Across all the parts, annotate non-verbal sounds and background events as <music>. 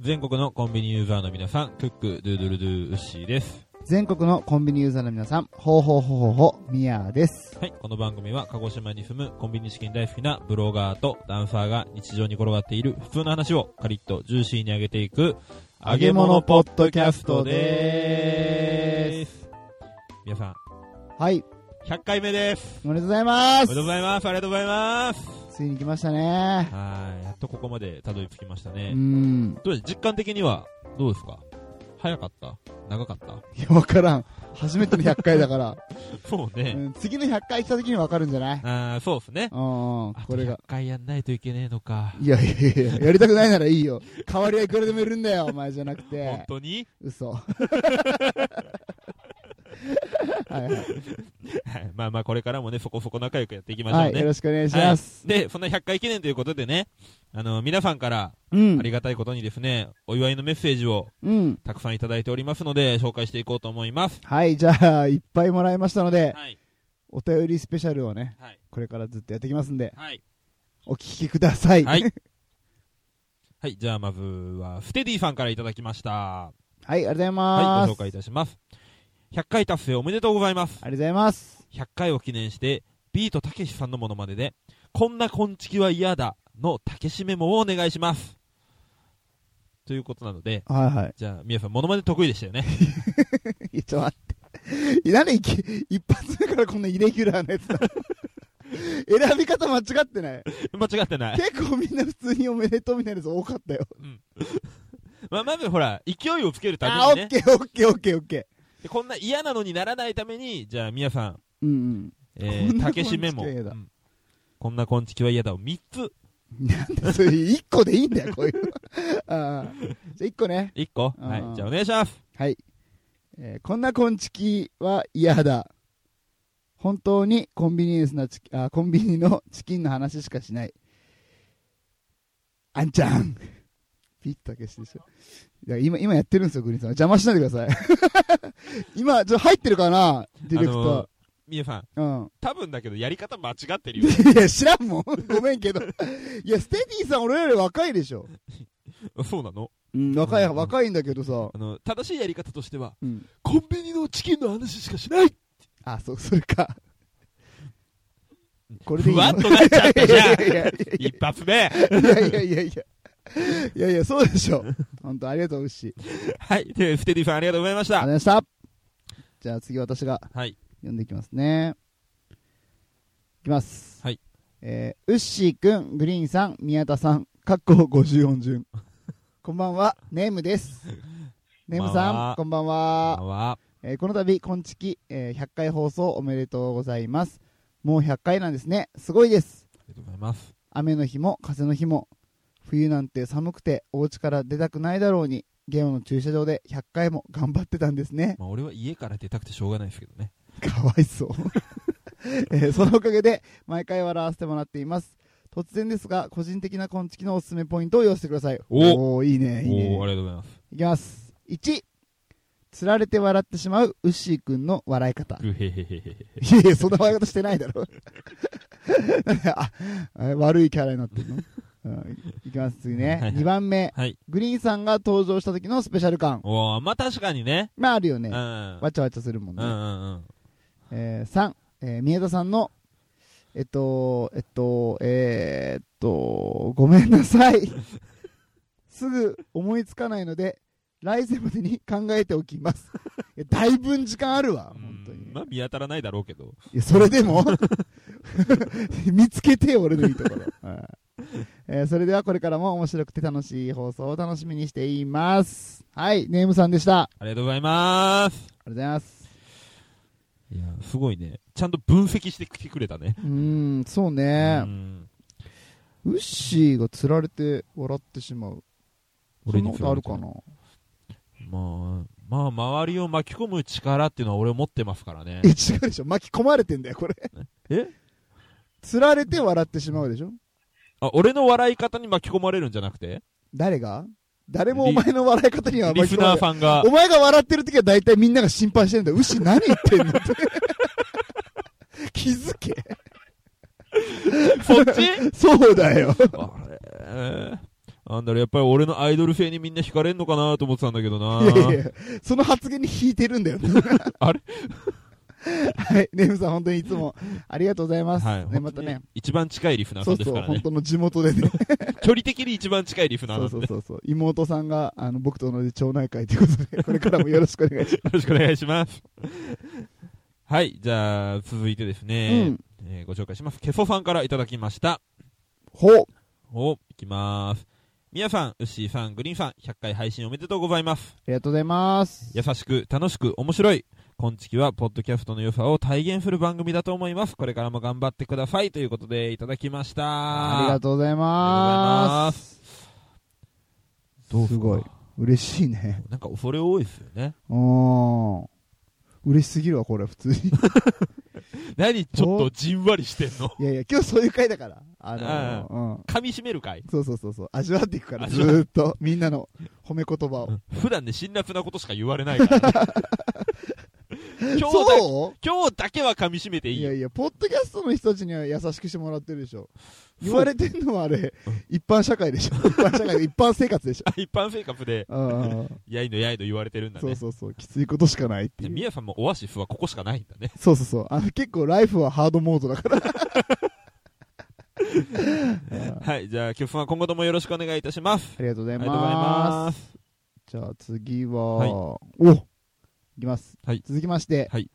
全国のコンビニユーザーの皆さん、クック、ドゥードゥルドゥー、ウッシーです。全国のコンビニユーザーの皆さん、ほうほうほうほうほう、ミヤーです。はい、この番組は鹿児島に住むコンビニチキン大好きなブロガーとダンサーが日常に転がっている普通の話をカリッとジューシーに上げていく、揚げ物ポッドキャストでーす。皆さん、はい、 100回目です。おめでとうございまおめすでとうございます。ありがとうございます。ついに来ましたね。はい、やっとここまでたどり着きましたうね。ん。どうです実感的にはどうですか早かった長かったいや、わからん。初めての100回だから。そう <laughs> うね。ん、次の100回来た時にわかるんじゃないあーそうですね。うんうん、あとこれが100。回やんないといけねえのか。いやいやいや、やりたくないならいいよ。代わりはいくらでもいるんだよ、お前じゃなく本て。当に <laughs> 嘘。はいはい。はいまあまあこれからもね、そこそこ仲良くやっていきましょうね。はい、よろしくお願いします。で、そんな100回記念ということでね、あの、皆さんからうんありがたいことにですね、お祝いのメッセージをうん。たくさんいただいておりますので、紹介していこうと思います。はい、じゃあ、いっぱいもらいましたので、はい、お便りスペシャルをね、はい、これからずっとやっていきますんで、はい。お聞きください。はい。はい、じゃあまずは、ステディさんからいただきました。はい、ありがとうございはまい、す。ご紹介いたします。100回達成おめでとうございます。ありがとうございます。 100回を記念して、ビートたけしさんのモノマネで、こんな昆虫は嫌だのたけしメモをお願いします。ということなので、はいはいじゃあ、みやさん、モノマネ得意でしたよね。 <laughs> いや。ちょっと待って。 <laughs> いなんでいき一発目からこんなイレギュラーなやつなの <laughs> 選び方間違って <laughs> ない。間違ってない。結構みんな普通におめでとうみたいなやつ多 <laughs> かったよ。まあ、まずほら、勢いをつけるたあ、オめにッね、ケーオッケーオッケーオッケでこんな嫌なのにならないために、じゃあ、みやさん、<laughs> ー。うんえこー、んなたけしメモ、昆虫は嫌だうんこんな昆虫は嫌だを3つ、うん。なんでそれ一個でいいんだよ、こういうの。あーじゃあ一個ね。 1個。あはーい、じゃあ、お願いします。はい。えーこんな昆虫は嫌だ。本当にコンビニエンスなチキあコンビニのチキンの話しかしない。あんちゃん。ピッと消してしょ。いや今、今やってるんですよ、グリーンさん。邪魔しないでください。 <laughs> 今、ちょっと入ってるかなディレクタあーの。みやさん、うん。多分だけど、やり方間違ってるよ。 <laughs> いや、知らんもん。ごめんけど。いや、ステディさん俺らより若いでしょ。そうなのうん、若い、うん若いんだけどさ。あの、正しいやり方としては、うん。コンビニのチキンの話しかしないあ、そう、それか。これでいいふのわっとなっちゃったじ <laughs> ゃんいやい一発目やいやいやいやいやいや。いやいや、そうでしょ。本当ありがとう、ウッシー。はい。で、ステディさんありがとうございましあた。りがとうございました。じゃあ次私がはい。読んでいきますね。いきます。はい。えー、ウッシーくん、グリーンさん、宮田さん、かっこ50音順。こんばんは、ネームです。ネームこんばんさはん、こんばんは。は。えーこの度、こんちき、えー100回放送おめでとうございます。もう100回なんですね。すごいです。ありがとうございます。雨の日も風の日も、冬なんて寒くてお家から出たくないだろうに、ゲオの駐車場で100回も頑張ってたんです <laughs> ね。まあ、俺は家から出たくてしょうがないですけどね。かわいそう、 <laughs> えーそのおかげで毎回笑わせてもらっています突然ですが個人的なこんちきのおすすめポイントを用意してくださいおーいいねいいおお、あねりがとうございます。いきます1つられて笑ってしまうウッシーくんの笑い方うへへへへへ。いやいやそんな笑い方してないだろ <laughs> なんでああれ悪いキャラになってるの、うん、いきます次はいはねい2番目はい。グリーンさんが登場した時のスペシャル感おお、まあ確かにね。まああるようねん。うんわちゃわちゃするもんうね、んうん。えー、3、えー、宮田さんの、えっと、えっと、えーっと、ごめんなさ <laughs> い。すぐ思いつかないので、来世までに考えておきます。いやだいぶん時間あるわ、本当うにん。まあ見当たらないだろうけど。いや、それでも見つけてよ、俺のいいところ。はいえーそれではこれからも面白くて楽しい放送を楽しみにしています。はい、ネームさんでした。あありがとうございます。りがとうございます。いや、すごいね。ちゃんと分析してきてくれたね。うーん、そうね。うんウッシーが釣られて笑ってしまう。そ俺んなにことあるかなまあ、まあ、周りを巻き込む力っていうのは俺持ってますからね <laughs> え、。違うでしょ巻き込まれてんだよ、これ。え釣られて笑ってしまうでしょあ、俺の笑い方に巻き込まれるんじゃなくて誰が誰もお前の笑い方にはリ巻きス込まナれーさんが <laughs> お、前が笑ってる時は大体みんなが心配してるんだよ。牛何言ってんの <laughs> って。気づけ。そっちそうだよ。あれーなんだろう、やっぱり俺のアイドル性にみんな惹かれんのかなと思ってたんだけどな。いやいや、その発言に引いてる <laughs> んだよ。あれはい。ネムさん、本当にいつもありがとうございます。はい、ね、またね。一番近いリフナーさそんうですそかう、ら本ね。当の地元でね。 <laughs> 距離的に一番近いリフナーなそんうで。そうそうそう。妹さんが、あの、僕と同じ町内会ということ <laughs> で、これからもよろしくお願いしよろしくお願いします。はい、じゃあ、続いてですます。うね、ん。えーご紹介します。ケソさんからいただきました。ほう。お、いきます。みやさん、うっしーさん、グリーンさん、100回配信おめでとうございます。ありがとうございます。優しく、楽しく、面白い。こんちきは、ポッドキャストの良さを体現する番組だと思います。これからも頑張ってください。ということで、いただきました。ありがとうございありがま。とうございますどうっすかごい。嬉しいね。なんか恐れ多いですよね。うーん。嬉しすぎるわ、これ、普通 <laughs> に。何ちょっとじんわりしてんのいやいや、今日そういう回だから。あのー、うん。噛み締めるかいそうそうそうそう。味わっていくから、味ずわうーっと、みんなの褒め言葉を。普段ね、辛辣なことしか言われないから、ね今日だそ今日だけは噛み締めてういいいよやいや、ポッドキャストの人たちには優しくしてもらってるでしょ。そう言われてんのはあれ、一般社会でし <laughs> ょ。一般社会、一般生活でしょ。一般生活で、うんやいのやいの言われてるんだそうね。そうそう。きついことしかないってでいう。みやさんもオアシスはここしかないんだね。そうそうそう。あの結構ライフはハードモードだから。はい、じゃあ、キョフさんは今後ともよろしくお願いいたします。ありがとうござあいりがとうございま。ますす。じゃあ次は、はいおいきます。はい続きまして、はい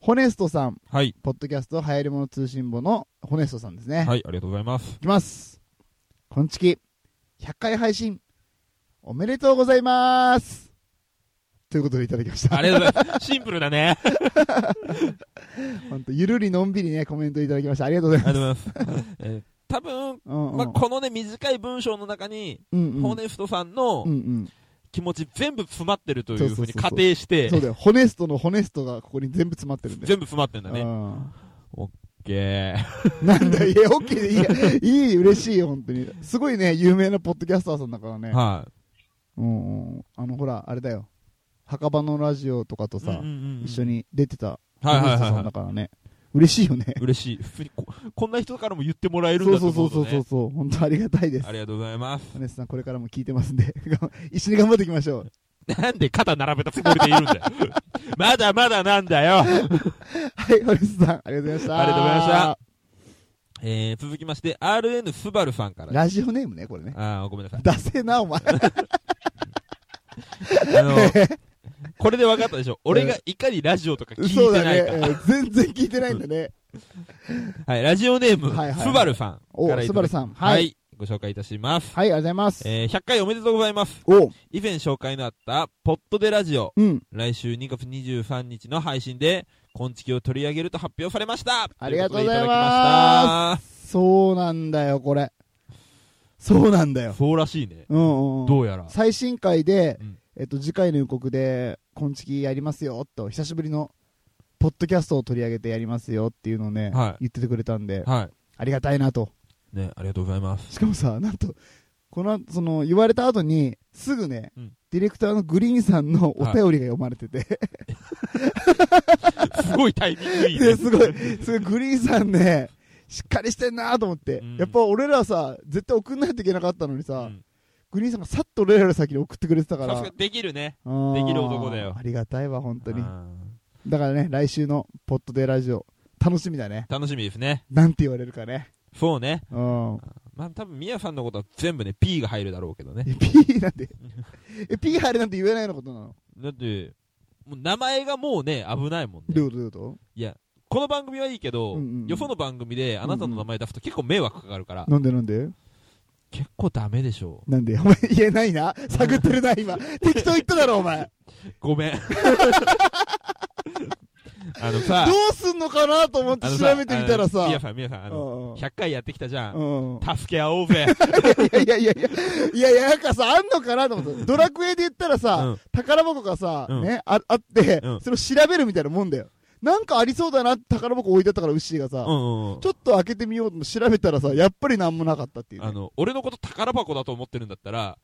ホネストさん、はい、ポッドキャスト流行り物通信簿のホネストさんですね。はい、ありがとうござい <laughs> ます。いきます。こんちき、100回配信、おめでとうございます。ということでいただきました。ありがとうございます。シンプルだね。本当ゆるりのんびりね、コメントいただきました。ありがとうございあます。りがとうござい <laughs> ます。えー多分、うんうんまあ、このね、短い文章の中に、うんうんホーネストさんのうんうん気持ち全部詰まってるというふうにそうそうそうそう仮定してそ、うだよ。ホネストのホネストがここに全部詰まってるんだよ。全部詰まってんだね。うオッケーんなんだ、いや、オッケーでいいや。いい、嬉しいよ、本当に。すごいね、有名なポッドキャスターさんだからね。はうんうん。あの、ほら、あれだよ。墓場のラジオとかとい。さうんう、んうんうん一緒に出てた、ホはいネはいストはいさんはだい。からね。嬉しいよね。嬉しい。普通にこ、こんな人からも言ってもらえるんそうだとそ思ううと、そね。うそうそうそう、本当ありがたいです。ありがとうございます。お姉さん、これからも聞いてますんで、 <laughs> 頑張一緒に頑張っていきましょう。なんで肩並べたつもりでいるんだよ。 <laughs> まだまだなんだよ。ありがとうはい、お姉さん、ありがとうございました。ございました。。えー、続きまして、RN スバルさんから。ラジオネームね、これね。あーごめんなさい。ダセえな、お前。あの、 <laughs> これで分かったでしょ。俺がいかにラジオと <laughs> か聞いそうてだないねか。。えー全然聞いてないんだね。はい、ラジオネーム、はいはいスバルさんおからいただきスバルさんははいい、ご紹介いたします。はい、ありがとうございます。えー、100回おめでとうございます。おう、以前紹介のあった、ポッドでラジオ、うん。来週2月23日の配信で、昆虫を取り上げると発表されましたありがとうございますということでただきましそうなんだよ、これ。そうなんだたよ。そうらしいね。うんうん。どうやら。最新回で、うんえっと、次回の予告で、昆虫やりますよ、と、久しぶりの、ポッドキャストを取り上げてやりますよっていうのをね、はい言っててくれたんで、はありがたいなと。い。ね、ありがとうございます。 <laughs> しかもさ、なんと、この、その、言われた後に、すぐね、うんディレクターのグリーンさんのお便りが読まれてて、すごいタイミングいいね。ですごい、すごい、グリーンさんね、しっかりしてんなと思って、うんやっぱ俺らさ、絶対送んないといけなかったのにさ、うんグリーンさんがさっと俺らの先に送ってくれてたから、さすができるね。うんできる男だよありがたいわ、本当にう。んだからね、来週のポッドデーラジオ、楽しみだね。楽しみですね。なんて言われるかね。そうね。 <laughs> うん。まあ多分、みやさんのことは全部ね、P が入るだろうけどね。え、P なんて、 <laughs> え、P 入るなんて言えないようなことなのだって、もう名前がもうね、危ないもんどね。ういうことどういうこいや、この番組はいいけど、うんうんうんよその番組であなたの名前出すと結構迷惑かかるから、となんでなんで結構ダメでしょなんでお <laughs> 前言えないな探ってるな、今。適当言っただろ、お前。う。ごめん。 <laughs> あのさど、うすんのかなと思ってあの調べてみたらさみ。やさん、みやさん、あの、うんうん100回やってきたじゃん。うん助け合おう <laughs> ぜ。いやいやいやいや、いやいや、なんかさ、あんのかなと思って。ドラクエで言ったらうさん、宝箱がさう、んね、ああってう、んそれを調べるみたいなもんだよ。なんかありそうだなって宝箱置いてあったから、ウッシーがさ、うんうん。ちょっと開けてみようと調べたらさ、やっぱりなんもなかったっていう、ね。あの、俺のこと宝箱だと思ってるんだったら、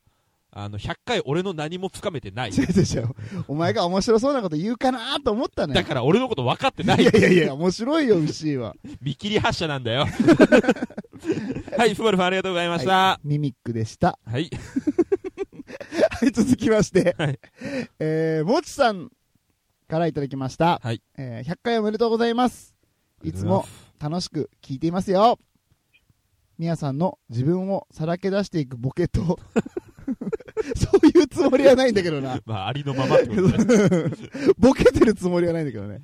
あの、100回俺の何もつかめてない。違う違う違う。お前が面白そうなこと言うかなと思ったね。だから俺のこと分かってないい。やいやいや、面白いよ、ウッシーは。見切り発車なんだ <laughs> よ。はい、スバルさんありがとうござい <laughs> ました。はミミックでした。い。 <laughs> はい、続きまして、はいえー、もちさんからいただきました。はいえー100回おめでとうございます。いつも楽しく聞いていますよ。みやさんの自分をさらけ出していくボケ <laughs> と、そういうつもりはないんだけ <laughs> どな。まあ、ありのままってことだねボケてるつもりはないんだけどね。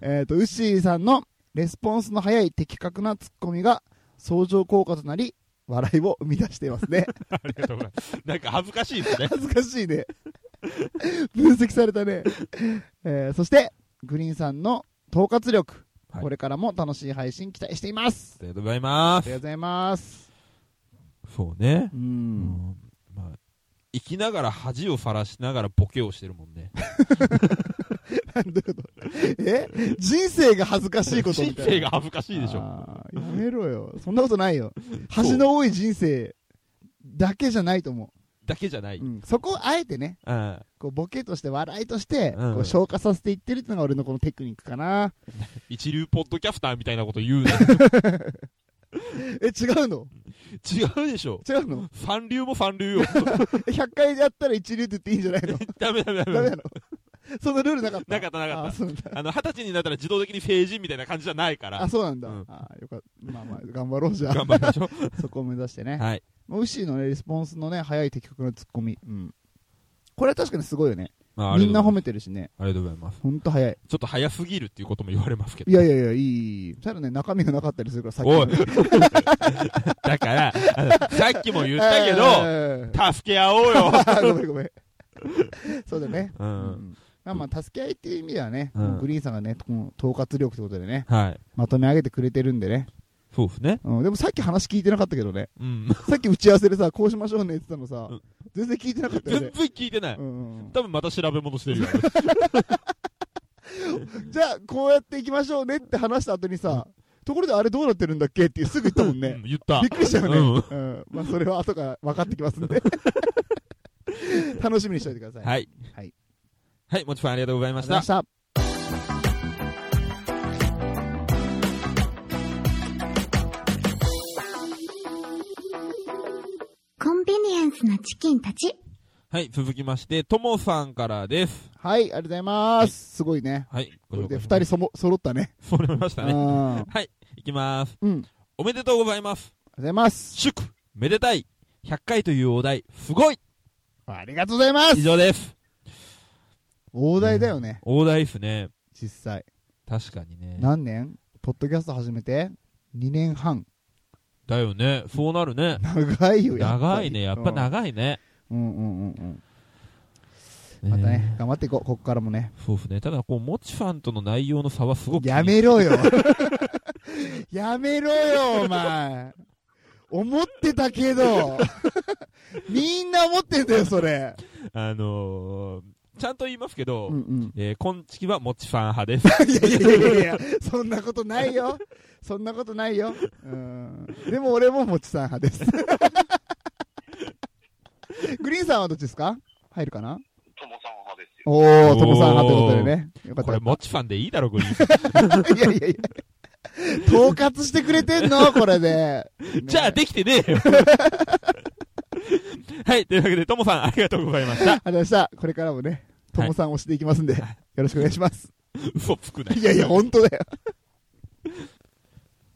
えっと、ウッシーさんのレスポンスの早い的確なツッコミが相乗効果となり、笑いを生み出していますね。ありがとうございます。 <laughs> なんか恥ずかしいですね。恥ずかしいね。分析されたね。えーそして、グリーンさんの統括力、はいこれからも楽しい配信期待しています。ありがとうございまありす。がとうございます。そうねう。。うん <laughs> ん。まあ、生きながら恥をさらしながらボケをしてるもんね。なんてことえ人生が恥ずかしいことみ人たいな。生が恥ずかしいでしょ。あーやめろよ。そんなことないよ。恥の多い人生だけじゃないと思だけじゃなう。い。ううん。ん、そこをあえてね、なこうボケとして笑いとして、うんこう消化させていってるっていうのが俺のこのテクニックかな。一流ポッドキャスターみたいなこと言うな。え、違うの違うでしょ。違うの三流も三流よ。 <laughs> え ?100 回やったら一流って言っていいんじゃないのダメダメダダメメな。の <laughs> そのルールなかったなかったなかあっそうなんだ。た。あの、二十歳になったら自動的に成人みたいな感じじゃないからあ、。そうなんだ。うんあよかった。まあまあ、頑張ろうじゃあ。頑張りましょう。そこを目指してね。はい。まあウッシーのね、レスポンスのね、早い的確なツッコミ。うん。これは確かにすごいよね。まあみんな褒め。めてるしね。ありがとうございます。ほんと早い。ちょっと早すぎるっていうことも言われますけど。いやいやいや、いいいい。ただね、中身がなかったりするから、さっきおいも。。だから、あのさっきも言ったけど、ど。助け合おうよ。ごめんごめん。 <laughs> そうだね。う。うんんまあまあ、助け合いっていう意味ではね、うんグリーンさんがね、この統括力ってことでね、はい。まとめ上げてくれてるんでね。そうですね。うん、でもさっき話聞いてなかったけどね。うん。さっき打ち合わせでさ、こうしましょうねって言ってたのさ、うん全然聞いてなかった <laughs> よ全然ね。聞いてない。うんうん多分また調べ物してるよ。じゃあ、こうやっていきましょうねって話した後にさ、ところであれどうなってるんだっけっていうすぐ言ったもんうねん。言ったびっ。くりしたよね。ううん。まあ、それは後から分かってきます <laughs> んで。楽しみにしておいてください。はい。はい。はい、もちさんありがとうございあまりしがた。とうコンビニエンスなチキンたち。はい、続きまして、ともさんからです。はい、ありがとうございます。すごいね。はい、ごこれ紹で介二人そも揃ったね。そうなりましたうん。ね。ありがといきます。うんおめでとうございます。うございます。祝めでたい !100 回というお題、すごいありがとうございま以す。上です。大台だよね、大台ですね。実際。確かにね。何年ポッドキャスト始めて2年半。だよね。そうなるね。長いよ、やっぱ長りいね。やっぱ長いね。うんうんうんうんうん。またね、頑張っていこう、ここからもね。そうですね。ただ、こう、もちさんとの内容の差はすごく。やめろよ <laughs> やめろよ、お前思ってたけど <laughs> みんな思ってんだよ、それ。あのー、ちゃんと言いますけど、うんうん。えー、こんちきはもちさん派 <laughs> です。いやいやいやいや、そんなことないよ。そんなことないよ。うん。でも俺ももちさん派です。 <laughs> グリーンさんはどっちですか入るかな友さん派ですよ。おー、ともさん派ということでね。よかったこれ、もちさんでいいだろ、グ <laughs> リーンさん。いやいやいや。統括してくれてんのこれで。 <laughs> じゃあ、できてねえよ。 <laughs> はい、というわけで、ともさん、ありがとうございました。ありがとうございました。これからもね、ともさん押していきますんで、よろしくお願いします。嘘つくないい。やいや、本当だよ。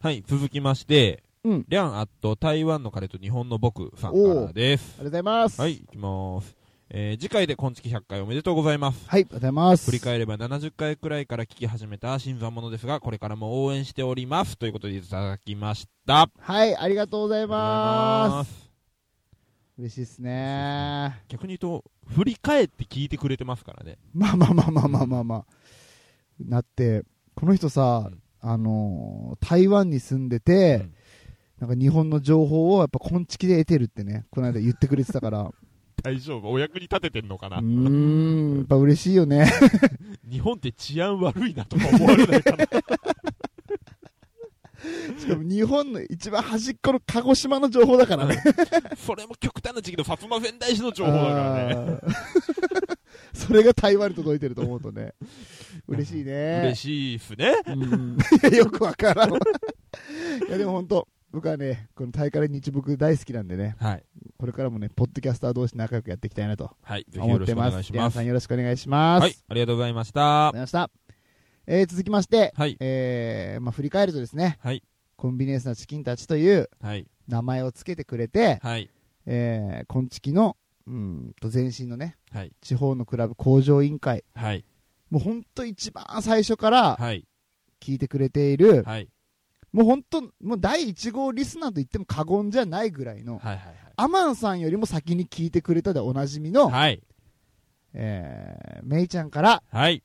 はい、続きまして、うんりゃんアット台湾の彼と日本の僕さんからですあ。りがとうございます。はい、。いきます。えー、次回で今月100回おめでとうございます。はい、ありがとうございます。振り返れば70回くらいから聞き始めた新参者ですが、これからも応援しております。ということでいただきました。ありはい、ありがとうございがとうございま。ますす。嬉しいっすね。逆に言うと、振り返って聞いてくれてますからね。まあまあまあまあまあまあまあ。だって、この人さうん、あのー、台湾に住んでて、うん <laughs> なんか日本の情報をやっぱ昆虫で得てるってね、この間言ってくれてたから、大丈夫お役に立ててんのかうな、ーん、やっぱ嬉しいよね。日本って治安悪いなとか思われない <laughs> かな <laughs> しかも日本の一番端っこの鹿児島の情報だからね。それも極端な時期の薩摩仙台市の <laughs> 情報だからねあー <laughs> それが台湾に届いてると思うとね。嬉しいね。嬉しいっすねうんい <laughs> やよくわからんわいやでも本当僕はねこの大会日僕大好きなんでねはいこれからもねポッドキャスター同士仲良くやっていきたいなとはいぜひ思よっろてしくおま願いすし皆まさすんよろしくお願いします、はありいありがとうございましがたとうございました、えー続きまして、はいえーまあ、振り返るとですね、はいコンビニエンスなチキンたちというはい名前をつけてくれて、はいえー、コンチキのうんと前身のねはい地方のクラブ工場委員会はいもう本当一番最初からはい聞いてくれている、はいもう本当、もう第1号リスナーと言っても過言じゃないぐらいの、はいはいアマンさんよりも先に聞いてくれたでおなじみの、はいえー、めいちゃんからはい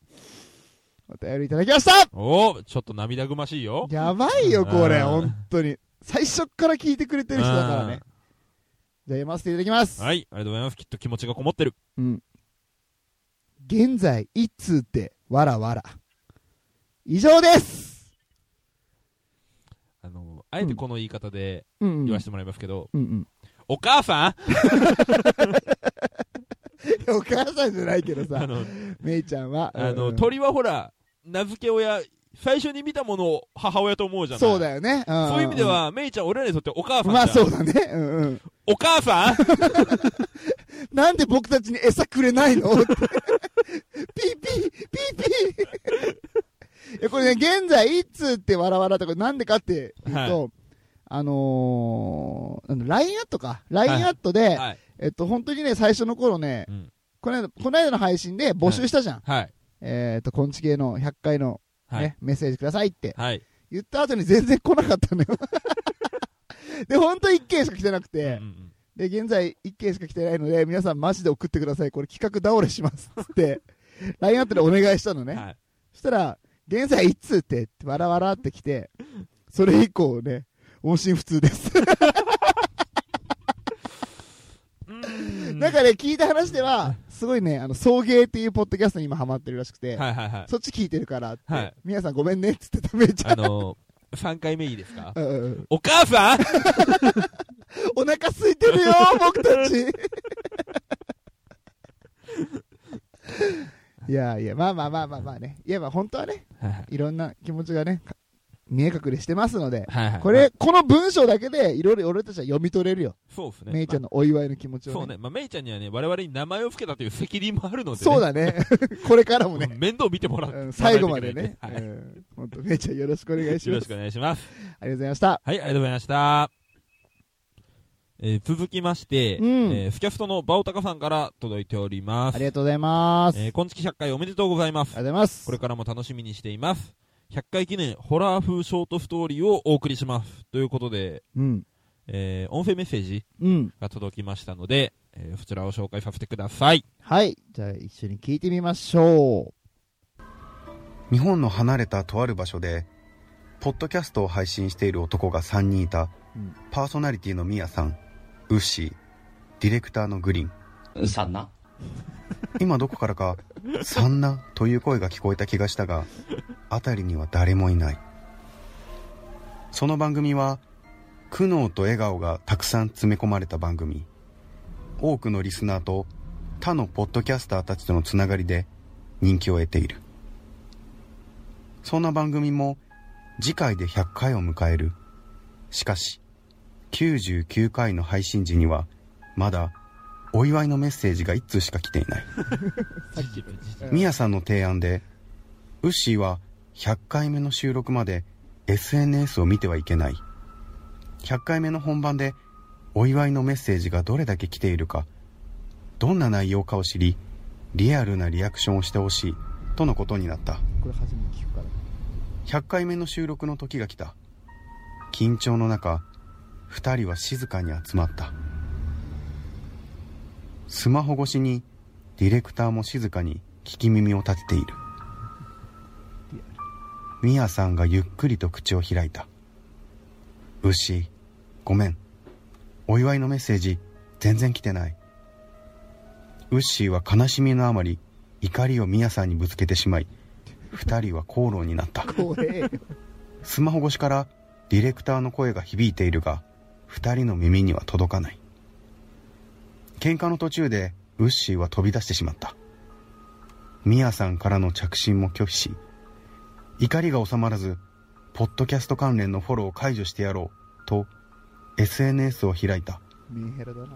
お便りいただきましたおおちょっと涙ぐましいよやばいよ、これ、あー本当に。最初っから聞いてくれてる人だからね。じゃあ読ませていただきます。はいありがとうございますきっと気持ちがこもってるうん。現在、一通って、わらわら。以上ですあのあえてこの言い方でうんうん。言わせてもらいますけど、うんうん。お母さんいやお母さんじゃないけどあさ、 <laughs> のめいちゃんは。あうんのうん鳥はほら名付け親最初に見たものを母親と思うじゃないそうだよね。んんんそういう意味で、はメイちゃん俺らにとってお母さんじゃんまあそうだね。うんうん。お母 <laughs> さんなんで僕たちに餌くれないのって <laughs> ピーピー、ピーピー。いやこれね、現在、いつってわらわらとか、なんでかっていうと、あのー、なんだ LINE アットか。LINE アットで、はいえっと、本当にね、最初の頃ね、うんこの間、この間の配信で募集したじゃん。はいえっと、こんち系の100回の、ねはいメッセージくださいってはい言った後に全然来な <laughs> かったのよ。で、本当一1件しか来てなくて、うんうんで、現在1件しか来てないので、皆さんマジで送ってください。これ企画倒れします。つ <laughs> って、LINE アットでお願いしたのね。はいそしたら、現在1通って、わらわらって来て、それ以降ね、音信不通です。うんなんかね、聞いた話では、すごいね、あの、送迎っていうポッドキャストに今ハマってるらしくて、はいはいはいそっち聞いてるからって、はい皆さんごめんねっつって食べ <laughs> ちゃあのー、3回目いいですかう。うんうんお母さん <laughs> お腹空いてるよ、僕たち。いやいや、まあまあまあまあまあね。いやまあ本当はね、はいはいいろんな気持ちがね、か見え隠れしてますので、はいはいこれ、この文章だけで、いろいろ俺たちは読み取れるよ。そうですねめいちゃんのお祝いの気持ちまあそをうね。ねまあメイちゃんにはね我々に名前を付けたという責任もあるのでねそうだね。 <laughs> これからもね、面倒見てもらううん最後までね。はいうん本当、めいちゃんよろしくお願いしよまろすし。くお願いしますありがとうございました。はい、ありがとうございました。えー続きまして、うんえースキャストのバオタカさんから届いております。ありがとうございます。あえりー、今月100回おめでとうございまがすと。うございます。これからも楽しみにしています。100回記念ホラー風ショートストーリーをお送りします。ということで、うん。えー音声メッセージうん。が届きましたので、えーそちらを紹介させてください。はい。じゃあ一緒に聞いてみましょ日本の離れたとある場所でポッドキャストを配信している男が3人いた、うんパーソナリティのミヤさんウッシーディレクターのグリーンさんな今どこからか「サンナ」という声が聞こえた気がしたが辺りには誰もいないその番組は苦悩と笑顔がたくさん詰め込まれた番組多くのリスナーと他のポッドキャスターたちとのつながりで人気を得ているそんな番組も次回で100回を迎えるしかし99回の配信時にはまだお祝いのメッセージが1通しか来ていない <laughs> ミヤさんの提案で、ウッシーは100回目の収録まで SNS を見てはいけない。100回目の本番でお祝いのメッセージがどれだけ来ているか、どんな内容かを知り、リアルなリアクションをしてほしい、とのことになった。う。これ初めて聞くから。 100回目の収録の時が来た緊張の中2人は静かに集まったスマホ越しにディレクターも静かに聞き耳を立てているミヤさんがゆっくりと口を開いた「牛ごめんお祝いのメッセージ全然来てないウッシーは悲しみのあまり怒りをミヤさんにぶつけてしまい二人は口論になった怖えよスマホ越しからディレクターの声が響いているが二人の耳には届かない喧嘩の途中でウッシーは飛び出してしまったミヤさんからの着信も拒否し怒りが収まらずポッドキャスト関連のフォローを解除してやろうと SNS を開いたメンヘラだな牛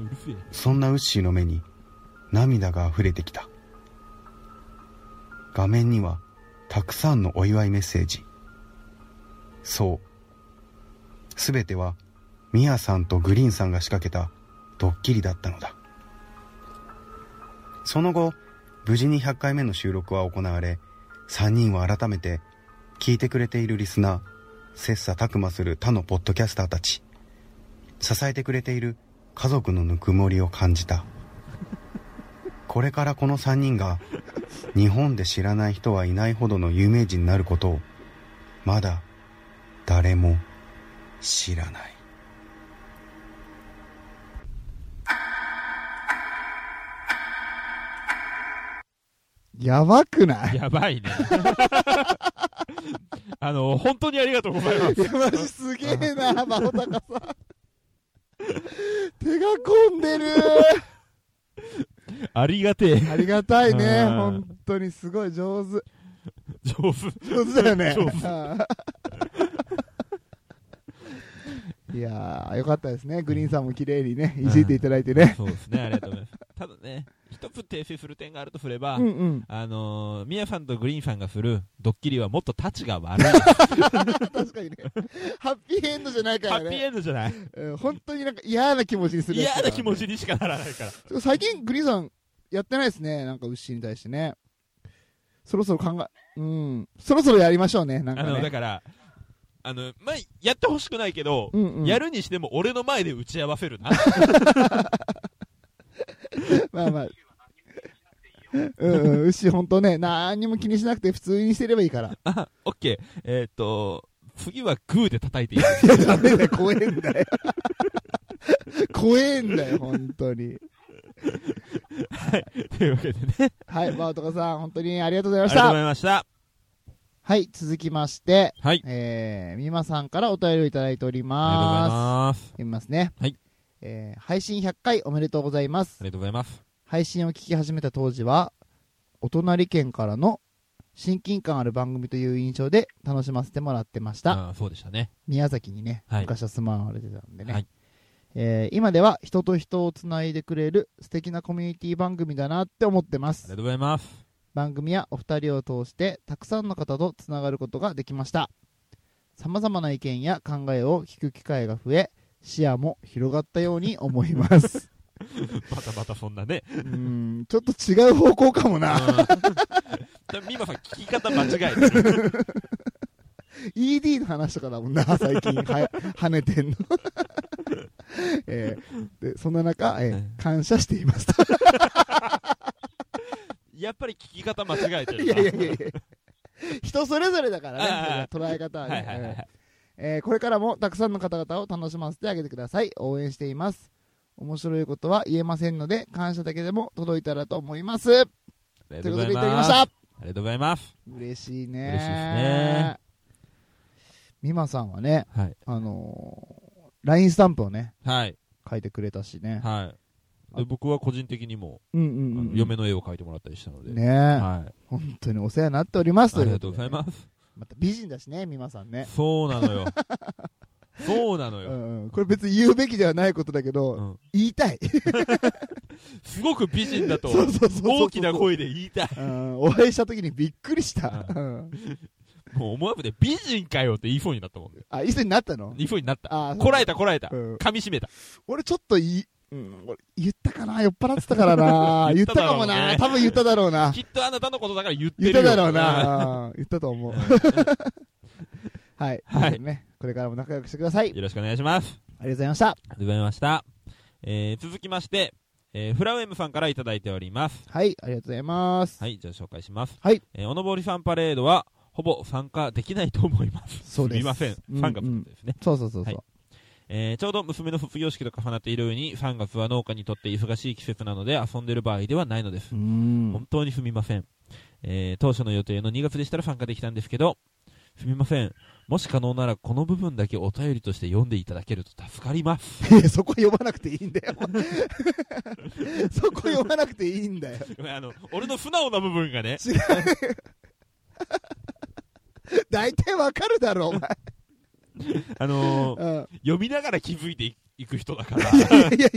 うるせえそんなウッシーの目に涙が溢れてきた画面にはたくさんのお祝いメッセージそうすべてはミヤさんとグリーンさんが仕掛けたドッキリだったのだその後無事に100回目の収録は行われ3人は改めて聞いてくれているリスナー切磋琢磨する他のポッドキャスターたち支えてくれている家族のぬくもりを感じたこれからこの3人が日本で知らない人はいないほどの有名人になることをまだ誰も知らないやばくな <laughs> いやばいね。あの、本当にありがとうございます。いやマジすげえ <laughs> な真帆高さん手が込んでるありがてえ。ありがたいねうん本当にすごい上手上手。上手だよね上 <laughs> いやーよかったですねグリーンさんも綺麗にねいじっていただいてねそうですね、ありがとうございます。ただね、一つ訂正する点があるとすれば、うんうんあのー、ミヤさんとグリーンさんがするドッキリはもっとタチが悪い。確かにねハッピーエンドじゃないかハらッピーねエンドじゃないうん本当になんか嫌な気持ちにするやつ嫌だな気持ちにしかならないから。最近グリーンさんやってないですねなんか牛に対してねそろそろ考えうんそろそろやりましょうねなんかあの、だねから、あの、まあ、やってほしくないけど、うんうんやるにしても俺の前で打ち合わせるな。 <laughs> まあまあ <laughs> うんうん牛本当ね何にも気にしなくて普通にしてればいいからあ、オッケー。えーっと、次はグーで叩いていい <laughs> いや、ダメだよ、怖えんだよ。 <laughs> 怖えんだよ、本当に。というわけでね。はい、バートカさん、本当にありがとうございあまりしがとうごた。ざいました。はい、続きまして、はい。えー、みまさんからお便りをいただいておりありがとうございまますす。。読みますね。はい。えー、配信100回おめでとうございまあすり。がとうございます。配信を聞き始めた当時は、お隣県からの親近感ある番組という印象で楽しませてもらってました。あーそうでしたね。宮崎にね、はい昔は住まわれてたんでね、はいえー今では人と人をつないでくれる素敵なコミュニティ番組だなって思ってまありすがとうござい <laughs> ます。番組はお二人を通してたくさんの方とつながることができましたさまざまな意見や考えを聞く機会が増え視野も広がったように思いますまたまたそんなね。 <laughs> うーんちょっと違う方向かも <laughs> なミマさん、聞き方間違えてる。 ED の話とかだもんな最 <laughs> 近は跳ねてんの、 <laughs> えーでそんな中、えーうん感謝しています <laughs> やっぱり聞き方間違えてるな。いやいやいやいや人それぞれだからねあ、捉え方ははいはいはいはね。い。えーこれからもたくさんの方々を楽しませてあげてください。応援しています。面白いことは言えませんので、感謝だけでも届いたらと思います。といということうことででいいたただだききまましした。たあ。りがとうございます。嬉しいね。嬉しいですね。美馬さんはね、はい。あのー、LINE スタンプをね、はい。書いてくれたしね。はい。で僕は個人的にも、うんうあんうんの。嫁の絵を描いてもらったりしたので。ねえ、はい。本当にお世話になっております。ありがとうございす。ます。また美人だしね、美馬さんね。そうなの <laughs> よ。そうなのうよ。んうんこれ別に言うべきではないことだけど、うん言いたい。すごく美人だと、 <laughs> そうそうそうそう大きな声で言いたい。うんお会いした時にびっくりした。ううんもう思わずで美人かよって言いそうになったもんね。あ、一緒になったの言いそうになった。あこらえたこらえた。うん噛み締めた。俺ちょっといい、うん、俺言ったかな酔っ払ってたから <laughs> な言言っったたかだもろうねな多分言っただろうな <laughs> きっとあなたのことだから言ってる言よ。っただろうなうん言ったと思う。 <laughs> はい。はいとうことでね。これからも仲良くしてください。ありよろしくお願いします。がとうございました。ありがとうございました。えー、続きまして、えー、フラウエムさんからいただいております。はい、ありがとうございます。はい、じゃあ紹介します。はい。えー、おのぼりさんパレードは、ほぼ参加できないと思います。そうですみません。うんうん3月ですね。そうそうそうそう。はえーちょうど娘の卒業式とか放っているように3月は農家にとって忙しい季節なので遊んでる場合ではないのですう、ん本当にすみません、えー当初の予定の2月でしたら参加できたんですけどすみませんもし可能ならこの部分だけお便りとして読んでいただけると助かります <laughs> いやそこ読まなくていいんだよそこ読まなくていいんだよあの俺の素直な部分が <laughs> ね大体わかる <laughs> だろお前、あのーうん、読みながら気づいていいく人だからいやいやいやいや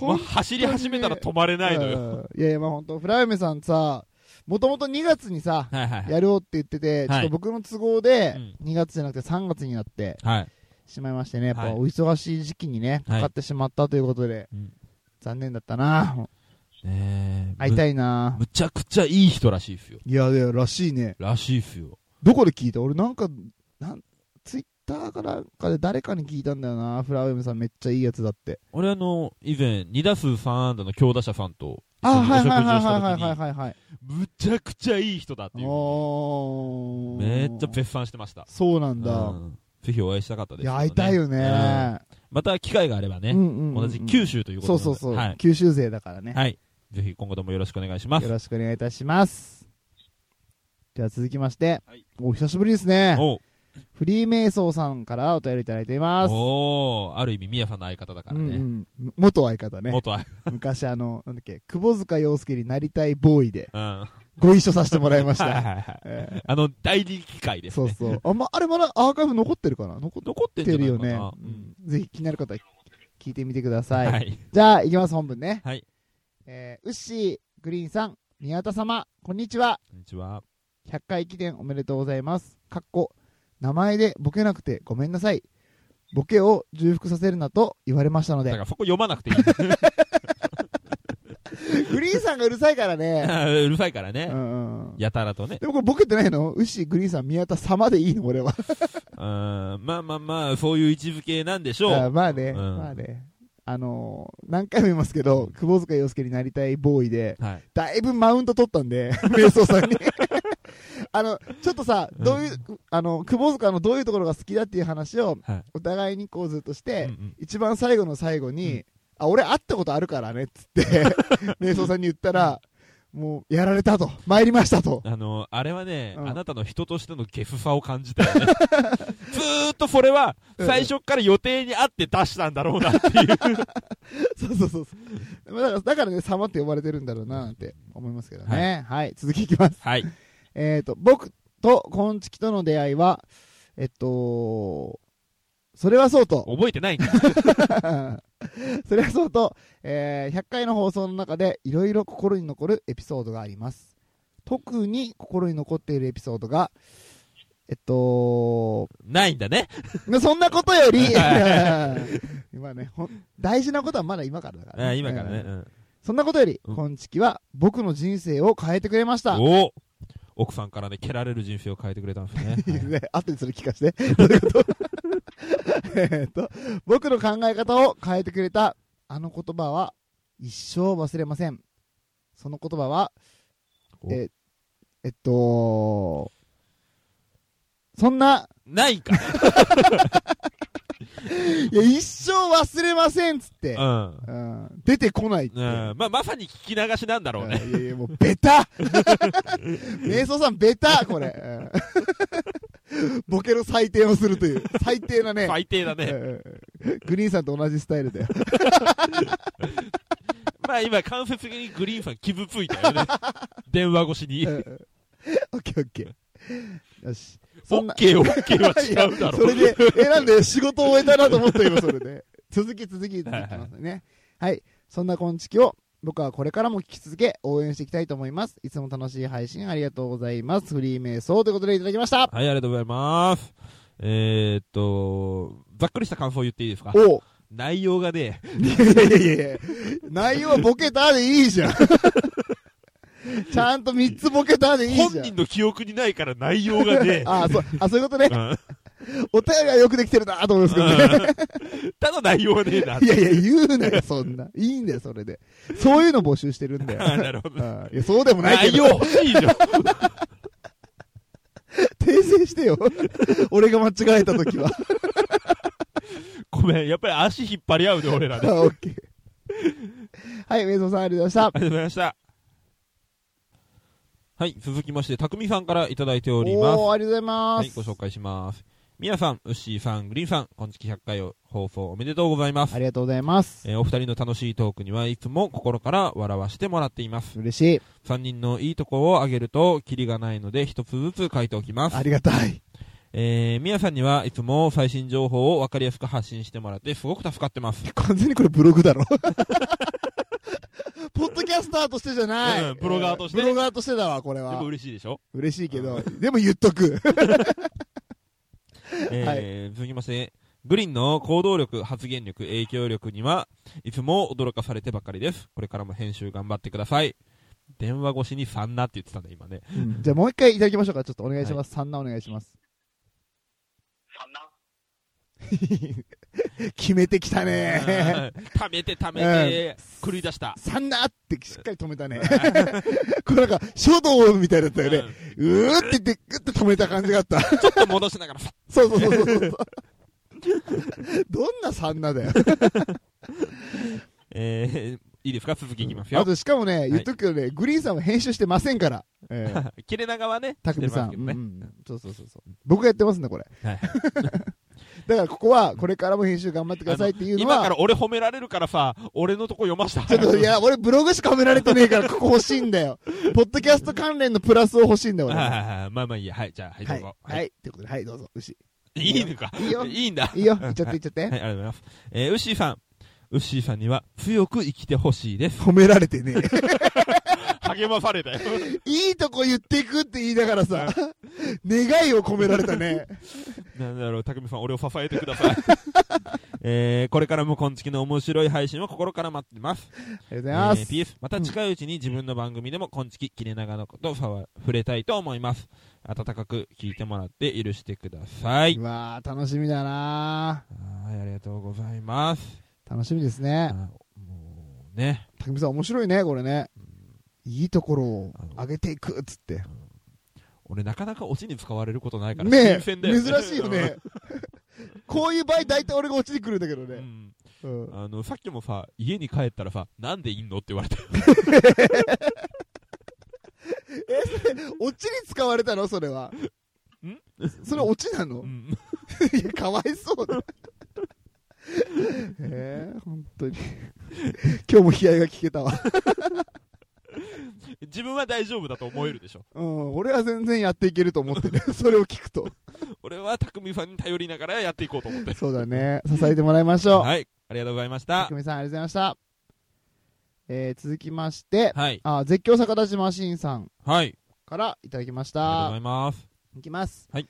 まあ走り始めたら止まれないのようんいやいやまあ本当フライメさんさもともと2月にさはいはいはいやろうって言ってて、ちょっはいと僕の都合でうん2月じゃなくて3月になってはいしまいましてね、やっはいぱお忙しい時期にね、はいかかってしまったということで、うん残念だったな、ねえ会いたいな、むちゃくちゃいい人らしいですよいやいや、らしいね、らしいですよどこで聞いた俺なんかなん、ツイッターかなんかで誰かに聞いたんだよな、フラウェムさん、めっちゃいいやつだって。俺あの以前2打数3安打の強打者さんと一あ、緒におはい食はい事をしたはいはい時にはいはい、はい。むちゃくちゃいい人だっていうおーめっちゃ絶賛してましたそうなんだ。うんぜひお会いしたかったですいけどや、ね会いたいよね。うんまた機会があればね、うんうんうん同じ九州ということなそうのでそうそう、はい、九州勢だからね。はい、ぜひ今後ともよろしくお願いしますよろしくお願いいたします。では続きまして、はいお久しぶりですね。おうフリーメイソーさんからお便りいただいています。おうある意味みやさんの相方だからね、うんうん元相方ね。元あ <laughs> 昔あの、なんだっけ、窪塚洋介になりたいボーイでうんはご一緒させてもらいましいはいた。はいえーあの大人気会ですそねうそう。あ、まあれまだアーカイブ残ってるかな残っ残ってんじてゃなるいよかなね。うんぜひ気になる方は聞いてみてくださうんい。はいじゃあ、いきます、本文ね。はいえー、ウッシー、グリーンさん、宮田様、こんにちは。こんにちは100回記念おめでとうございます。かっこ、名前でボケなくてごめんなさい。ボケを重複させるなと言われましたのだかで。らそこ読まなくていいグリーンさんがうるさいか <laughs> らね。うるさいからうね、んうん。やたらとねでもこれボケてないのウッシー、グリーンさん、宮田様でいいの俺は。うんまあまあまあそういう位置づけなんでしょうあまあね、うんまあね。あのー何回も言いますけど、久保塚洋介になりたいボーイで、はいだいぶマウント取ったんで、 <laughs> 瞑想さんに。あの、ちょっとさ、どういう、あの、久保塚のどういうところが好きだっていう話を、はいお互いにこうずっとして、うんうん一番最後の最後に、あ、俺会ったことあるからね、っ <laughs> つって、瞑想さんに言ったら、もう、やられたと、参りましたと。あの、あれはね、うんあなたの人としてのゲフさを感じたよ <laughs> ね。ずーっとそれは、最初から予定にあって出したんだろうなっていう。そうそうそうそう。まあだから、だからね、様って呼ばれてるんだろうな、なんて思いますけどね。はい、続きいきます。はい。えっ、と、僕と昆虫との出会いは、えっと、 <laughs> それはそうと、覚えてないんだ。それはそうと、えー100回の放送の中でいろいろ心に残るエピソードがあります。特に心に残っているエピソードが、えっと、ないんだね。まあそんなことより、 <laughs> 今ね、ほん大事なことはまだ今からだから、あ今からね。ううんんそんなことより、うん昆虫は僕の人生を変えてくれました。おお奥さんからね、蹴られる人生を変えてくれたんですね。いい <laughs> はいね。 <laughs> 後でそれ聞かせて。どういうこと <laughs> えーっと、僕の考え方を変えてくれたあの言葉は一生忘れません。その言葉は、おえ、えっと、そんな、ないんか。いや、一生忘れませんっつって、うん。うん、出てこないって。うん、まあ、まさに聞き流しなんだろうね。うんいやいや、もう、ベタ <laughs> 瞑想さん、ベタこれ。うんボケの採点をするという、最低なね。最低だね。うんグリーンさんと同じスタイルだよ。まあ今、間接的にグリーンさん傷ついた <laughs> よね。電話越しに。うんオオッケーオッケー。よし。ッケーオッケーは違うだろそれう。で、え、なんで仕事を終えたなと思った今、それで。続き続き続きますね。はい。そんなこんちきを、僕はこれからも聞き続け、応援していきたいと思います。いつも楽しい配信ありがとうございます。フリーメイソーということでいただきました。はい、ありがとうございます。えー、っと、ざっくりした感想を言っていいですかおう内容がね、いやいやいやいや内容はボケたでいいじ <laughs> ゃん。ちゃんと3つボケたでいいじゃん。、本人の記憶にないから内容がね <laughs> ああ、そう、あ、そういうことねう。んお便りはよくできてるなと思いますけどね。ただ内容はねえな。 <laughs> いやいや、言うなよ、そんな。いいんだよ、それで。そういうの募集してるんだよ。なるほど。あいや、そうでもない内け容ど。欲しいじゃん。 <laughs> 訂正してよ。俺が間違えたときは。ごめん。やっぱり足引っ張り合うで、俺らで。ああ <laughs> オッケーはい、上蔵さんありがとうございましりた。がとうございました。はい、続きまして、たくみさんからいただいております。おー、ありがとうございまはい、すご。紹介します。みやさん、うっしーさん、グリーンさん、今月100回を放送おめでとうございますあ。りがとうございます。えーお二人の楽しいトークにはいつも心から笑わしてもらっています。嬉しい。 3人のいいとこを挙げると、キリがないので、一つずつ書いておきますあ。りがたい。えー、みやさんにはいつも最新情報をわかりやすく発信してもらって、すごく助かってます。完全にこれブログだろ。ポッドキャスターとしてじゃない。うんブロガーとしてブロガーとしてだわ、これでもは。嬉しいでしょ、嬉しいけど、でも言っとく。えー続きまして、グリーンの行動力、発言力、影響力にはいつも驚かされてばかりです。これからも編集頑張ってください。電話越しに3なって言ってたね、今ね。うんじゃあもう一回いただきましょうか。ちょっとお願いします。サンナお願いします。サンナ <laughs> 決めてきたね。 <laughs> ためてためて、狂い出した。サンナってしっかり止めたね。これなんか書道みたいだったよね。うーって言って、ぐって止めた感じがあった。ちょっと戻しながら、そうそうそうそうそう。どんなサンナだよ。 <laughs> えー、いいですか続きいきますあよ。と、しかもね、言っとくけどね、グリーンさんは編集してませんから。 <laughs> ええ切れ長はね、たくみさしん、てうんまうすけん。そうそうそうそう。僕がやってますね、これ。どねはい <laughs> だから、ここは、これからも編集頑張ってくださいっていうの今かはら、俺褒められるからさ、俺のとこ読ました。ちょっと、いや、俺ブログしか褒められてねえから、ここ欲しいんだよ。ポッドキャスト関連のプラスを欲しいんだよ、 <laughs> はい俺。ははいはいまあまあいいや。はい、じゃあ、はい、い。どうはぞ。い。。ということで、はい、どうぞ、牛。いいのか。いいよ。いいいんだ。いよ。いっちゃって、いっちゃっはい、ありがとて。うございます。えー、ウッシーさん。ウッシーさんには強く生きてほしい <laughs> です。褒められて <laughs> ねえ。励まされたよ。いいとこ言っていくって言いながらさ、願いを込められたね。 <laughs> なんだろう、たくみさん、俺を支えてください。 <laughs> えー、これからも今月の面白い配信を心から待ってます。ありがとうございます。えー PS、また近いうちに自分の番組でも、今月、切れ長のことをさわ触れたいと思います。温かく聞いてもらって許してください。うわー、楽しみだなはい、ありがとうございます。ー楽しみですあね。もうね、たくみさん面白いね、これね。いいところをあの上げていくっつって。俺なかなかオチに使われることないから、ね新え、鮮だよね。珍しいよね。こういう場合、大体俺が落ちてくるんだけどうね。ん。うんあの、さっきもさ、家に帰ったらさ、なんでいんのって言われた。オチに使われたのそれは。んそれオチなのうん。いや、かわいそうだ。 <laughs> えー、本当に。今日も悲哀が聞けたわ。自分は大丈夫だと思えるでしょ。うん、俺は全然やっていけると思ってる。それを聞くと。俺は匠さんに頼りながらやっていこうと思って。そうだね。支えてもらいましょう。はい、ありがとうございましたたく。みさん、ありがとうございました。えー、続きまして、はい、あ、絶叫逆立ちマシーンさんはい、からいただきましありがとうござた。います。いきます。はい。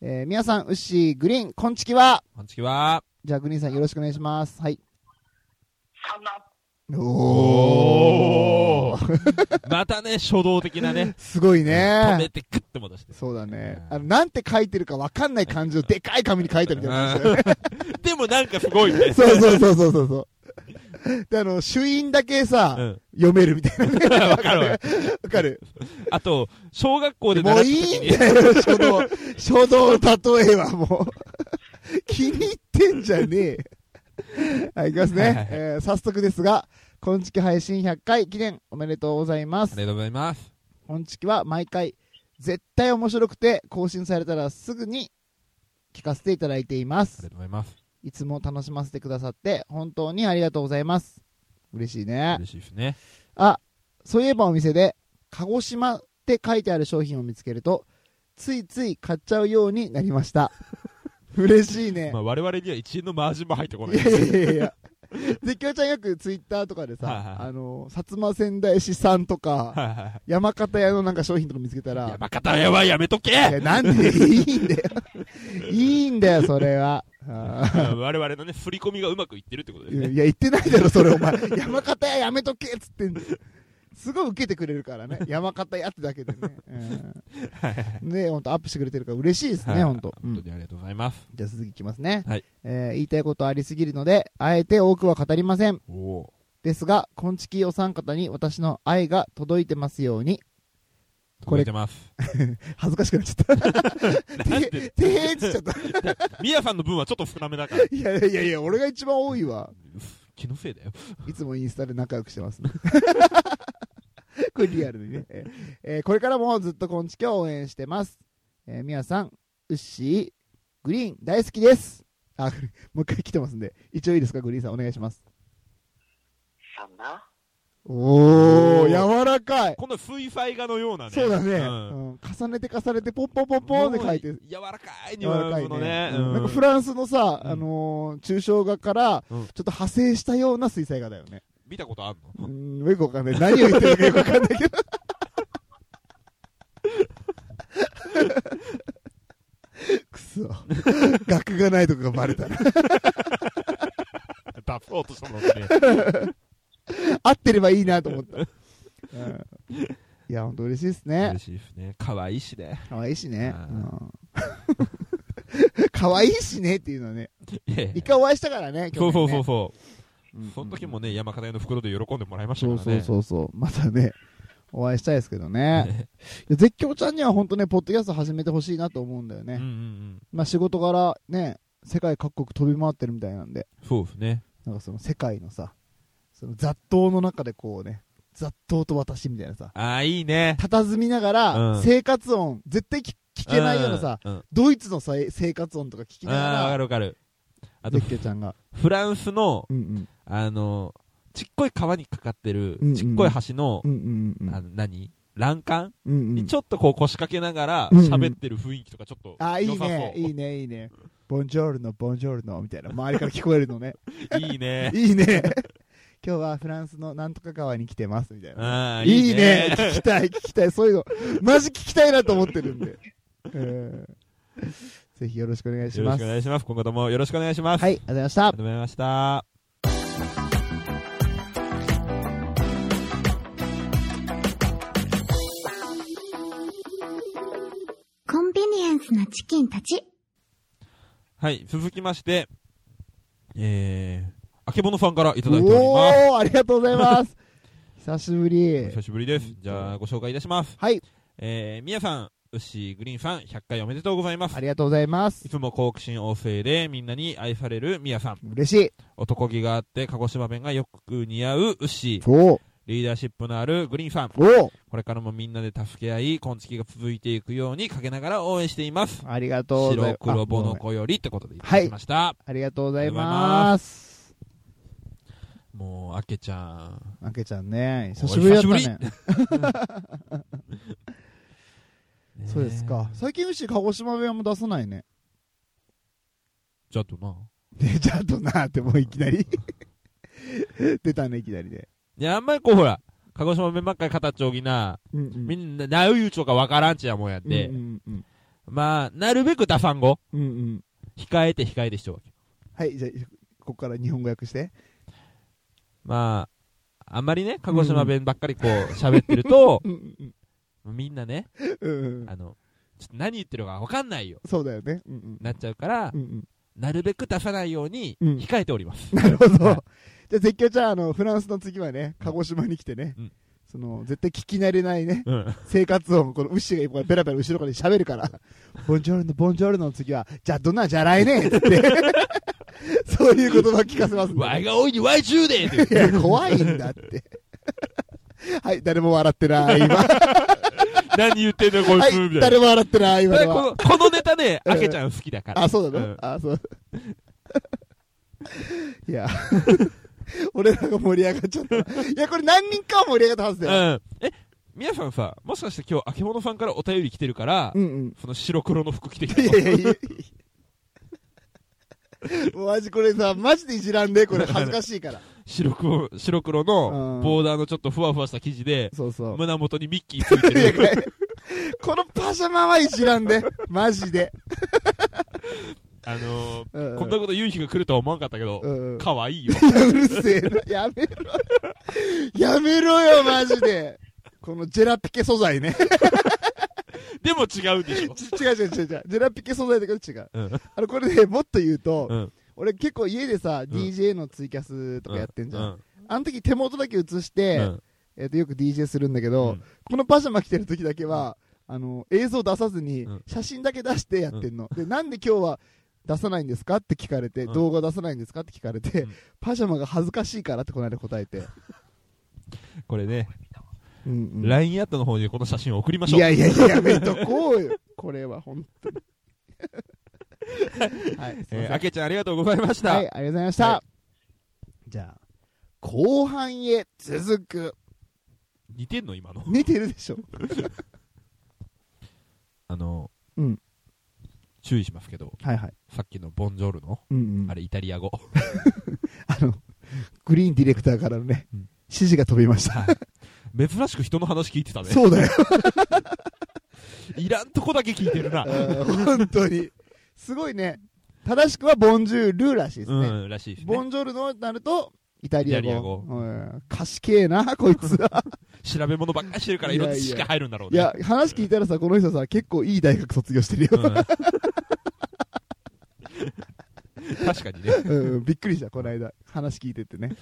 えー、皆さん、ウッシー、グリーン、こんちきは本日は、じゃあ、グリーンさんよろしくお願いします。はい。おおおーまたね、初動的な <laughs> ね、すごい止めね。てグッて戻して。そうだね。あの、なんて書いてるかわかんない漢字をでかい紙に書いたみたいな感じだよね。 <laughs> でもなんかすごいね。そうそうそうそうそうそう。で、あの、主因だけうさ、ん。 <laughs> 読めるみたいなね。わかるわ。わかる。あと、小学校で習もったう時いいにん、だよ、<laughs> 書道。書道の例えはもう。 <laughs> 気に入ってんじゃねえ。はい、いきますはいはいはねい。えー早速ですが、今月配信100回記念おめでとうございまあすり。がとうございます。今月は毎回、絶対面白くて更新されたらすぐに聞かせていただいていあまりすが。とうございます。いつも楽しませてくださって、本当にありがとうございます。嬉しいね。嬉しいですね。あ、そういえばお店で、鹿児島って書いてある商品を見つけると、ついつい買っちゃうようになりま <laughs> した。嬉しいねま。あ我々には一円のマージンも入ってこないい。やいやいやいや。絶叫ちゃんよくツイッターとかではいはいさ、はいあの、薩摩仙台市産とか、はいはい <laughs> はい山形屋のなんか商品とか見つけたら、山形屋はやめといけや、なんで、いいんだよ。いいんだよ、それは。あ我々のね、振り込みがうまくいってるってことーだよね。いや、言ってないだろ、それ、 <laughs> お前。山形屋やめとけっつってんのすごい受けてくれるからね。山形屋ってだけでね。うん、ね、ほんとアップしてくれてるから嬉しいですはいね、ほんと。う本当んにありがとうございます。じゃあ続きいきますね。はいえー言いたいことありすぎるので、あえて多くは語りません。おおですが、こんちきお三方に私の愛が届いてますように。覚これえてます。恥ずかしくなっちゃった。 <laughs> なんでて、てへーっつっちゃった。ミヤさんの分はちょっと少なめだから。いやいやいや、俺が一番多いわ。気のせいだよ。 <laughs> いつもインスタで仲良くしてます、ね。 <laughs> これリアル <laughs> でね。えーえーこれからもずっとこんちきを応援してます。えー、みやさん、ウッシー、グリーン大好きです。あ、 <laughs> もう一回来てますんで。一応いいですか、グリーンさんお願いします。さんなおおーー、柔らかい。この水彩画のようなね。そうだね、んうん重ねて重ねて、ポンポンポンポンって書いてもう柔らかいニ柔ュらアかンいスのねね。。うんなんかフラランスのさ、うんあのー抽象画から、ちうょんっと派生したような水彩画だよね。見たことあん <laughs> のうん、よくわかんない。何を言ってるかよくわかんない <laughs> けど。くそ。額がないとこがバレたな。出そうとしたのね。合ってればいいなと思った。うんいや、ほんと嬉しいですね嬉。しいですね。可愛いしね。可愛いしね。あうん <laughs> 可愛いしねっていうのはね。一回お会いしたからね。そうそうそう去そう。年ねその時もね、山形屋の袋で喜んでもらいましたそかうらね。そうそうそう。またね、お会いしたいですけ <laughs> どね。いや絶叫ちゃんには本当ね、ポッドキャスト始めてほしいなと思うんだよね。うんうんうん。まあ、仕事柄ね世界各国飛び回ってるみたいなんでそうですね。なんかその世界のさその雑踏の中でこうね雑踏と私みたいなさああ、いいね。佇みながらうん生活音、絶対聞聞けないようなさ、うん。うんドイツのさ生活音とか聞きああ、わかながらるわかる。あと絶、景ちゃんが、フランスの、うんうん、あの、ちっこい川にかかってるうんう、んちっこい橋のう、んうんうんあの、何欄干うんうにんちょっとこう腰掛けながらうんうん喋ってる雰囲気とかちょっとあーい良いさねそう。いいねいいねボンジョールのボンジョールのみたいな周りから聞こえるの <laughs> ねいいね。いいね <laughs> 今日はフランスのなんとか川に来てますみたいなああ、いいね。聞きたい、聞きたい。そういうの、マジ聞きたいなと思ってるんで。うんぜひよろしくお願いしよろましす。くおはい、願いします。今後ともよろしくお願いします。あありりがとうございましたが。とうございました。コンビニエンスなチキンたち。はい、続きまして、えー、あけぼのさんからいただいております。おー、ありがとうございます。久しぶり。久しぶりです。じゃあ、ご紹介いたします。はい、えー、みやさん、うっしー、グリーンさん、100回おめでとうございますあ。りがとうございまいす。つも好奇心旺盛でみんなに愛されるみやさん。嬉しい。男気があって鹿児島弁がよく似合ううっしー。おー、リーダーシップのあるグリーンさん。おー、これからもみんなで助け合い、今月が続いていくようにかけながら応援しています。ありがとうござい白ます。黒ボノあ。コよりってことでいただきました。ありがとうございます。もう、あけちゃん。あけちゃんね、久しぶりだった久ねし。ねえそうですか。最近うし、鹿児島弁も出さ <laughs> ないね。ちょっとな。で、ちゃんとなーってもういきなり出たね、いきなりで。いや、あんまりこう、ほら、鹿児島弁ばっかり語っちょうぎな、うんうんみんな、なうゆうちょうかわからんちやもんやって、うんうんまあ、なるべく出さんご。うんうんうん控えて控えてしちゃうわけ。はい、じゃあ、ここから日本語訳して。まあ、あんまりね、鹿児島弁ばっかりこう、喋ってると、うんうん <laughs> みんなね、うんうん。あの、ちょっと何言ってるかわかんないよ、そうだよね。うんうんなっちゃうから、うんうんなるべく出さないように、うん控えております。 <laughs> なるほど。じゃはあ、絶叫ちゃん、あの、フランスの次はね、鹿児島に来てねうん、その、絶対聞き慣れないね、うん。生活音、この、ウッシーが今ペラペラ後ろから喋るから、ボンジョルノ、ボンジョルノの次は、じゃあ、どんなんじゃないね <laughs> ってって、そういう言葉聞かせますんでわいが多いにわい中でっていや、怖いんだって。はい、誰も笑ってない、 <laughs> 今。は何言ってんだよ、こいつ、みい、たいな。誰も笑ってない、今のはこ。のこのネタね、あけちゃん好きだから。あ、そうだね。んあ、そう。 <laughs> いや、 <laughs> 俺らが盛り上がっちゃった。いや、これ何人かは盛り上がったはずうだよ。ん。え、皆さんさ、もしかして今日、あけぼのさんからお便り来てるから、うんうん。 <laughs> その白黒の服着てきたいのやいやいや。マジこれさ、マジでいじらんで、これ恥ずかしいから。白黒、白黒うんの、ボーダーのちょっとふわふわした生地で、そうそう。胸元にミッキーついていやる。これこのパジャマはいじらんで、マジで。あのー、うんうんこんなこと言う日が来るとは思わんかったけどう、んうん可愛いよ。いやうるせえな。やめろ。やめろよ、マジで。このジェラピケ素材ね。でも違うでしょ。 <laughs> ち違う違う違う違う。ジェラピケ素材だけど違う。うん。あの、これね、もっと言うと、うん俺結構家でさ、DJ のツイキャスとかやってんじゃん。うん。あの時手元だけ映して、うんえっとよく DJ するんだけど、うんこのパジャマ着てる時だけは、あの映像出さずにうん写真だけ出してやってんの、でなんで今日は出さないんですかって聞かれて、うん動画出さないんですかって聞かれて、うんパジャマが恥ずかしいからってこの間答えて、これね、うんうん LINE アットの方にこの写真を送りましょう。いやいやいややめとこうよこれは本当 <laughs> にはい、すいませんえー、あけちゃんありがとうございました。はい、ありがとうございました。はじゃあ、後半へ続く。似てんの今の。似てるでしょ。あの、うん注意しますけど、はいはい。さっきのボンジョルの、うんうん、ああれれイタリア語。あの、グリーンディレクターからのね、うん指示が飛びました。はい珍しく人の話聞いてたね。そうだよ。いらんとこだけ聞いてるな。うん本当に。すごいね。正しくはボンジュールらしいですね。うん、らしいですボね。ンジョルノになると、イタリアイタリア語語。うん賢えな、こい <laughs> つは。調べ物ばっかりしてるからいろんな知識が入るんだろういね。や、話聞いたらさ、この人さ、結構いい大学卒業してるよ。うん <laughs> 確かにね。うん、びっくりした、この間。話聞いてってね。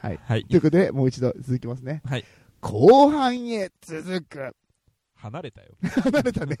はい。はいとい。うことで、もう一度続きますね。はい。後半へ続く。 <laughs> 離れたよ。離れたね。